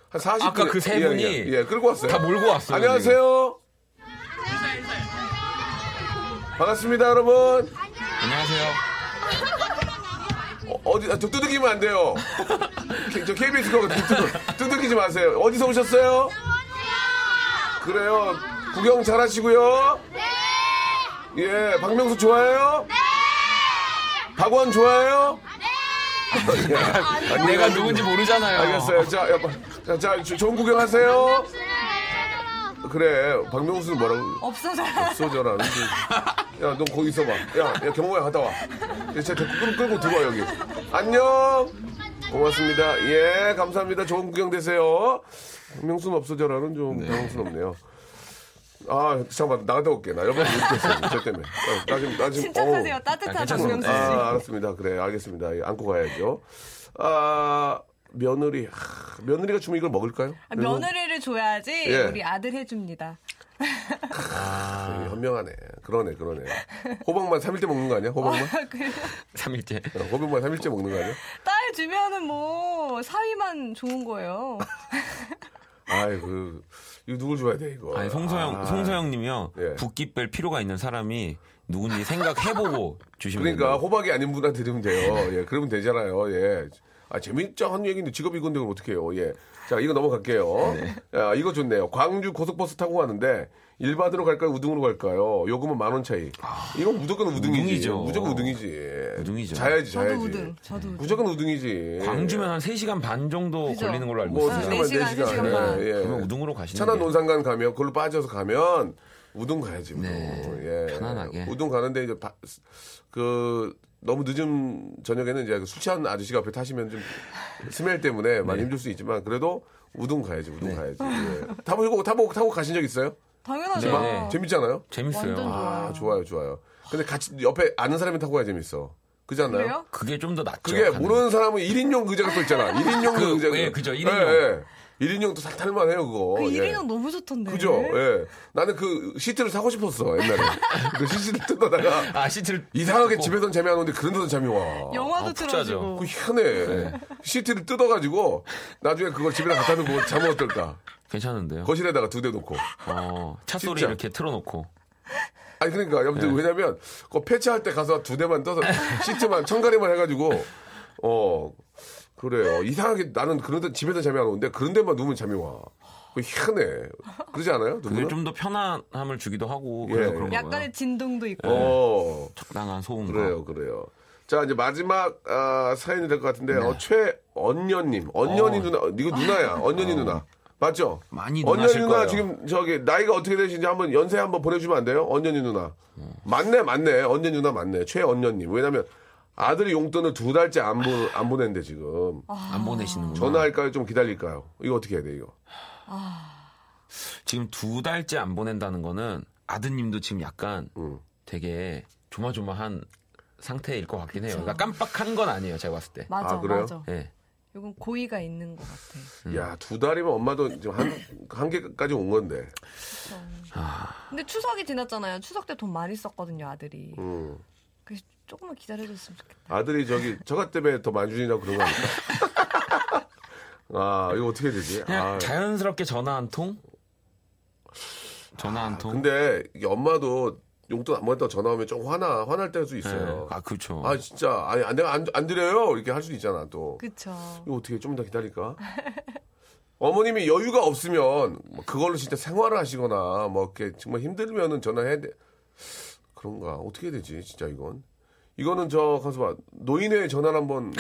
S1: 한 40분
S3: 어. 아까 그세 분이
S1: 예, 예. 끌고 왔어요
S3: 다 몰고 왔어요.
S1: 안녕하세요 반갑습니다 여러분
S3: 지금. 안녕하세요.
S1: 어, 어디 아, 저 두들기면 안 돼요. K- 저 KBS 거 두들, 두들기지 마세요. 어디서 오셨어요? 그래요. 구경 잘하시고요. 네. 예, 박명수 좋아해요? 네. 박원 좋아해요? 네.
S3: 내가 누군지 모르잖아요.
S1: 알겠어요. 자, 야, 바- 자, 자, 조- 좋은 구경하세요. 그래, 박명수는 뭐라고?
S4: 없어져요.
S1: 소절한. 야, 너 거기 있어봐. 야, 야, 경호야, 갔다 와. 야, 쟤 끌, 끌고 들어와, 여기. 안녕! 고맙습니다. 예, 감사합니다. 좋은 구경 되세요. 명수는 없어져라는 좀 당황스럽네요. 아, 잠깐만, 나갔다 올게. 나 여러분 못겠어요. 저 때문에. 야, 나 지금, 나 지금.
S4: 침착하세요.
S1: 어우.
S3: 아,
S4: 따뜻한
S3: 괜찮습니다.
S4: 박명수 씨.
S1: 아, 알았습니다. 그래, 알겠습니다. 예, 안고 가야죠. 아, 며느리. 하, 며느리가 주면 이걸 먹을까요?
S4: 아, 며느리를 줘야지
S1: 예.
S4: 우리 아들 해줍니다.
S1: 아, 현명하네. 그러네, 그러네. 호박만 3일째 먹는 거 아니야? 호박만?
S4: 그래요?
S3: 3일째.
S1: 어, 호박만 3일째 먹는 거 아니야?
S4: 딸 주면은 뭐 사위만 좋은 거예요.
S1: 아이 그 이거 누굴 줘야 돼 이거.
S3: 아니 송소영
S1: 아.
S3: 송소영님이요.
S1: 예.
S3: 붓기 뺄 필요가 있는 사람이 누군지 생각해보고 주시면
S1: 그러니까
S3: 됩니다.
S1: 호박이 아닌 분한테 드리면 돼요. 예, 그러면 되잖아요. 예. 아 재밌죠 한 얘기인데 직업이 건데 그럼 어떡해요. 예. 자 이거 넘어갈게요.
S3: 네.
S1: 야, 이거 좋네요. 광주 고속버스 타고 가는데 일바드로 갈까요 우등으로 갈까요? 요금은 만 원 차이. 이건 무조건 우등이지.
S3: 아, 우등이죠.
S1: 무조건 우등이지.
S3: 우등이죠.
S1: 자야지
S4: 저도
S1: 자야지. 네.
S4: 우등. 저도 우등.
S1: 무조건 우등이지.
S3: 광주면 한 3시간 반 정도
S4: 그죠.
S3: 걸리는 걸로 알고
S1: 예. 뭐
S3: 있습니다.
S4: 네
S1: 네 시간,
S4: 시간,
S1: 네 시간.
S4: 네 시간.
S1: 예, 예.
S3: 그러면 우등으로 가시는
S1: 천안
S3: 게-
S1: 논산 간 가면 그걸로 빠져서 가면 우등 가야지. 우등.
S3: 네,
S1: 예.
S3: 편안하게.
S1: 우등 가는데 이제 바- 그 너무 늦은 저녁에는 이제 술 취한 아저씨가 앞에 타시면 좀 스멜 때문에 많이
S3: 네.
S1: 힘들 수 있지만 그래도 우등 가야지. 우등 가야지. 예. 타보고 타고 타고 가신 적 있어요?
S4: 당연하죠.
S3: 네.
S1: 막 재밌잖아요.
S3: 재밌어요.
S4: 완전 좋아.
S1: 아 좋아요 좋아요. 근데 같이 옆에 아는 사람이 타고 가야 재밌어. 그지 않나요?
S4: 그래요?
S3: 그게 좀 더 낫죠.
S1: 그게
S3: 가는
S1: 모르는 사람은 1인용 의자가 또 있잖아. 1인용
S3: 그,
S1: 의자.
S3: 예, 그죠, 일인용.
S1: 예, 1인용도 살 탈만해요 그거.
S4: 그
S1: 예.
S4: 1인용 너무
S3: 네.
S4: 좋던데.
S1: 그죠? 예. 나는 그 시트를 사고 싶었어, 옛날에. 그 시트를 뜯어다가.
S3: 아 시트를
S1: 이상하게 집에선 잠이 안 오는데 그런 데서 잠이 와.
S4: 영화도
S3: 아,
S4: 틀어주고.
S1: 그 희한해.
S3: 네.
S1: 시트를 뜯어가지고 나중에 그걸 집에다 갖다 놓고 자면 어떨까?
S3: 괜찮은데요.
S1: 거실에다가 두 대 놓고.
S3: 어, 차 소리
S1: 진짜.
S3: 이렇게 틀어놓고
S1: 아니, 그러니까. 아무튼
S3: 네.
S1: 왜냐면 그 폐차할 때 가서 두 대만 떠서 시트만, 청가리만 해가지고, 어, 그래요. 이상하게 나는 그런 데 집에서 잠이 안 오는데 그런 데만 누우면 잠이 와. 그 희한해. 그러지 않아요?
S3: 그게
S1: 누구는?
S3: 좀 더 편안함을 주기도 하고
S1: 예,
S3: 그래서
S1: 예.
S3: 그런 거예요.
S4: 약간의 진동도 있고.
S3: 네.
S1: 어.
S3: 적당한 소음과
S1: 그래요, 그래요. 자, 이제 마지막 아, 사연이 될 것 같은데, 요 최언녀님. 언년이
S3: 네. 어. 아.
S1: 누나, 이거 누나야. 언년이 누나. 맞죠?
S3: 많이
S1: 언년이
S3: 누나실
S1: 누나
S3: 거예요.
S1: 지금 저기 나이가 어떻게 되시는지 한번 연세 한번 보내주면 안 돼요? 언년이 누나. 맞네, 맞네. 언년이 누나 맞네. 최언녀님. 왜냐면 아들이 용돈을 두 달째 안, 보, 안 보낸대 지금.
S3: 안 보내시는구나.
S1: 전화할까요? 좀 기다릴까요? 이거 어떻게 해야 돼, 이거?
S3: 지금 두 달째 안 보낸다는 거는 아드님도 지금 약간
S1: 음.
S3: 되게 조마조마한 상태일 것 같긴 해요. 그러니까 깜빡한 건 아니에요. 제가 봤을 때.
S4: 맞아,
S1: 아, 그래요?
S4: 맞아.
S3: 예.
S4: 이건 고의가 있는 것 같아.
S3: 음.
S1: 야, 두 달이면 엄마도 지금 한, 한계까지 온 건데.
S4: 근데 추석이 지났잖아요. 추석 때 돈 많이 썼거든요, 아들이.
S1: 음.
S4: 그래서 조금만 기다려줬으면 좋겠다.
S1: 아들이 저기 저가 때문에 더 많이 주이라고 그런 거 아닐까? 아 이거 어떻게 되지?
S3: 그냥
S1: 아,
S3: 자연스럽게 전화 한 통? 전화 한 통?
S1: 아, 근데 이게 엄마도 용돈 안 받았다고 전화 오면 좀 화나 화날 때도 있어요.
S3: 예. 아, 그렇죠.
S1: 아 진짜 아니 안- 내가 안, 안 드려요 이렇게 할 수도 있잖아 또
S4: 그쵸.
S1: 이거 어떻게 좀 더 기다릴까? 어머님이 여유가 없으면 뭐 그걸로 진짜 생활을 하시거나 뭐 이렇게 정말 힘들면은 전화해야 돼 그런가 어떻게 해야 되지 진짜 이건 이거는 저 가서 봐 노인회 전화를 한번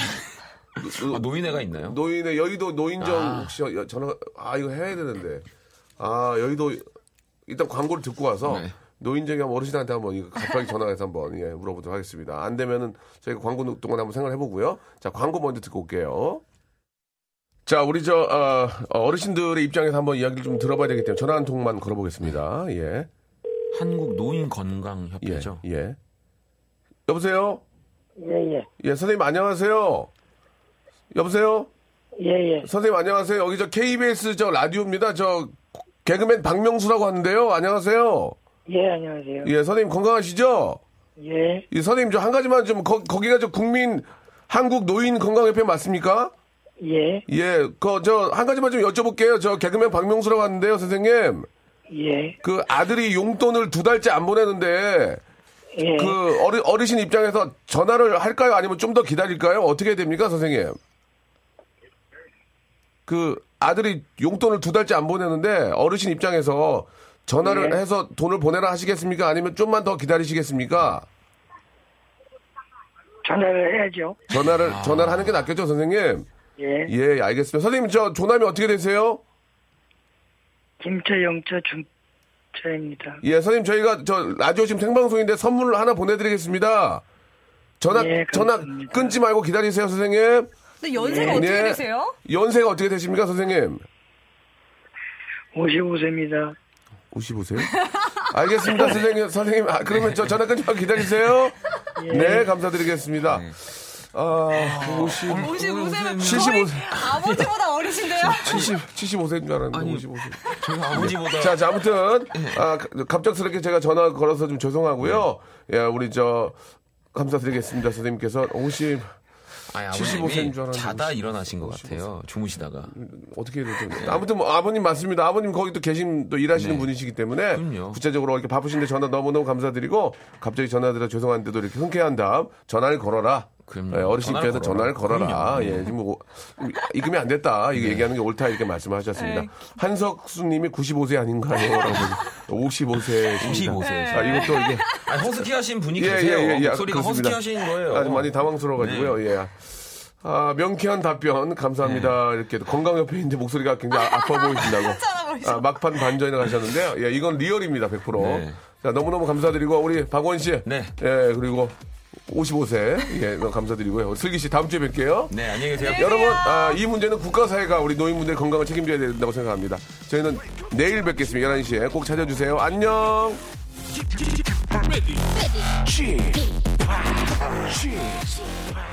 S3: 아, 노인회가 있나요?
S1: 노인의 여의도 노인정 혹시 여- 전화 아 이거 해야 되는데 아 여의도 일단 광고를 듣고 와서
S3: 네.
S1: 노인정이 한번 어르신한테 한번 이거 갑자기 전화해서 한번 예, 물어보도록 하겠습니다. 안 되면은 저희가 광고 동안 한번 생각해 보고요. 자 광고 먼저 듣고 올게요. 자, 우리 저, 어, 어르신들의 입장에서 한번 이야기를 좀 들어봐야 되기 때문에 전화 한 통만 걸어보겠습니다.
S3: 네.
S1: 예.
S3: 한국 노인 건강
S1: 예.
S3: 협회죠.
S1: 예. 여보세요?
S6: 예예
S1: 예, 선생님 안녕하세요. 여보세요?
S6: 예예
S1: 선생님 안녕하세요. 여기 저 KBS 저 라디오입니다. 저 개그맨 박명수라고 하는데요. 안녕하세요.
S6: 예 안녕하세요
S1: 예, 선생님 건강하시죠?
S6: 예예
S1: 이 선생님 저 한 가지만 좀 거, 거기가 저 국민 한국 노인 건강협회 맞습니까?
S6: 예
S1: 예, 그 저 한 가지만 좀 여쭤볼게요. 저 개그맨 박명수라고 하는데요, 선생님.
S6: 예,
S1: 그 아들이 용돈을 두 달째 안 보내는데
S6: 예.
S1: 그 어르, 어르신 입장에서 전화를 할까요? 아니면 좀 더 기다릴까요? 어떻게 됩니까, 선생님? 그 아들이 용돈을 두 달째 안 보내는데 어르신 입장에서 전화를
S6: 예.
S1: 해서 돈을 보내라 하시겠습니까? 아니면 좀만 더 기다리시겠습니까?
S6: 전화를 해야죠
S1: 전화를
S6: 아.
S1: 전화를 하는 게 낫겠죠, 선생님?
S6: 예
S1: 예, 알겠습니다. 선생님 저 조남이 어떻게 되세요?
S6: 김철 영철 중철입니다
S1: 예, 선생님 저희가 저 라디오 지금 생방송인데 선물을 하나 보내드리겠습니다. 전화
S6: 예,
S1: 전화
S6: 감사합니다.
S1: 끊지 말고 기다리세요, 선생님.
S4: 근데 연세가 어떻게
S1: 예.
S4: 되세요?
S1: 연세가 어떻게 되십니까, 선생님?
S6: 55세입니다
S1: 55세요? 알겠습니다, 선생님. 선생님, 아, 그러면 저 전화 끊지 말고 기다리세요. 네, 감사드리겠습니다. 아, 50,
S4: 55세면
S1: 75
S4: 거의 아버지보다 어리신데요?
S1: 70, 75세인 줄 알았는데, 55세.
S3: 제가 아버지보다
S1: 예. 자, 자, 아무튼, 아, 가- 갑작스럽게 제가 전화 걸어서 좀 죄송하고요. 예, 우리 저, 감사드리겠습니다, 선생님께서. 50,
S3: 아니,
S1: 75 세인 줄
S3: 아버님이
S1: 알았는데
S3: 자다 일어나신 것 같아요. 주무시다가.
S1: 어떻게 해야 되죠? 아무튼 뭐 아버님 맞습니다. 아버님 거기 또 계신 또 일하시는 분이시기 때문에
S3: 네. 그럼요.
S1: 구체적으로 이렇게 바쁘신데 전화 너무너무 감사드리고 갑자기 전화드려 죄송한데도 이렇게 흔쾌한 다음 전화를 걸어라.
S3: 그럼요.
S1: 예, 어르신
S3: 전화를
S1: 께서 전화를
S3: 걸어라.
S1: 걸어라.
S3: 그럼요. 네.
S1: 예, 지금 뭐 입금이 안 됐다. 이거 얘기하는 게 옳다 이렇게 말씀하셨습니다.
S4: 에이.
S1: 한석수님이 95세 아닌가요? 라고 55세.
S3: 55세.
S1: 아, 이것도 이게
S3: 아니, 허스키 하신 분이
S1: 예,
S3: 계세요.
S1: 예, 예, 예.
S3: 목소리가
S1: 그렇습니다.
S3: 허스키 하신 거예요. 네.
S1: 아주 많이 당황스러워가지고요. 예. 아, 명쾌한 답변 감사합니다.
S3: 네.
S1: 이렇게 건강협회인데 목소리가 굉장히 아- 아파 보이신다고.
S4: 괜찮아 보이죠?
S1: 아, 막판 반전이나 가셨는데요. 예, 이건 리얼입니다, 100%.
S3: 네.
S1: 자, 너무너무 감사드리고, 우리 박원 씨.
S3: 네.
S1: 예, 그리고 55세. 예, 너무 감사드리고요. 우리 슬기 씨, 다음 주에 뵐게요.
S3: 네, 안녕히 계세요.
S1: 여러분, 아, 이 문제는 국가사회가 우리 노인분들의 건강을 책임져야 된다고 생각합니다. 저희는 내일 뵙겠습니다. 11시에 꼭 찾아주세요. 안녕!
S2: G. G. G.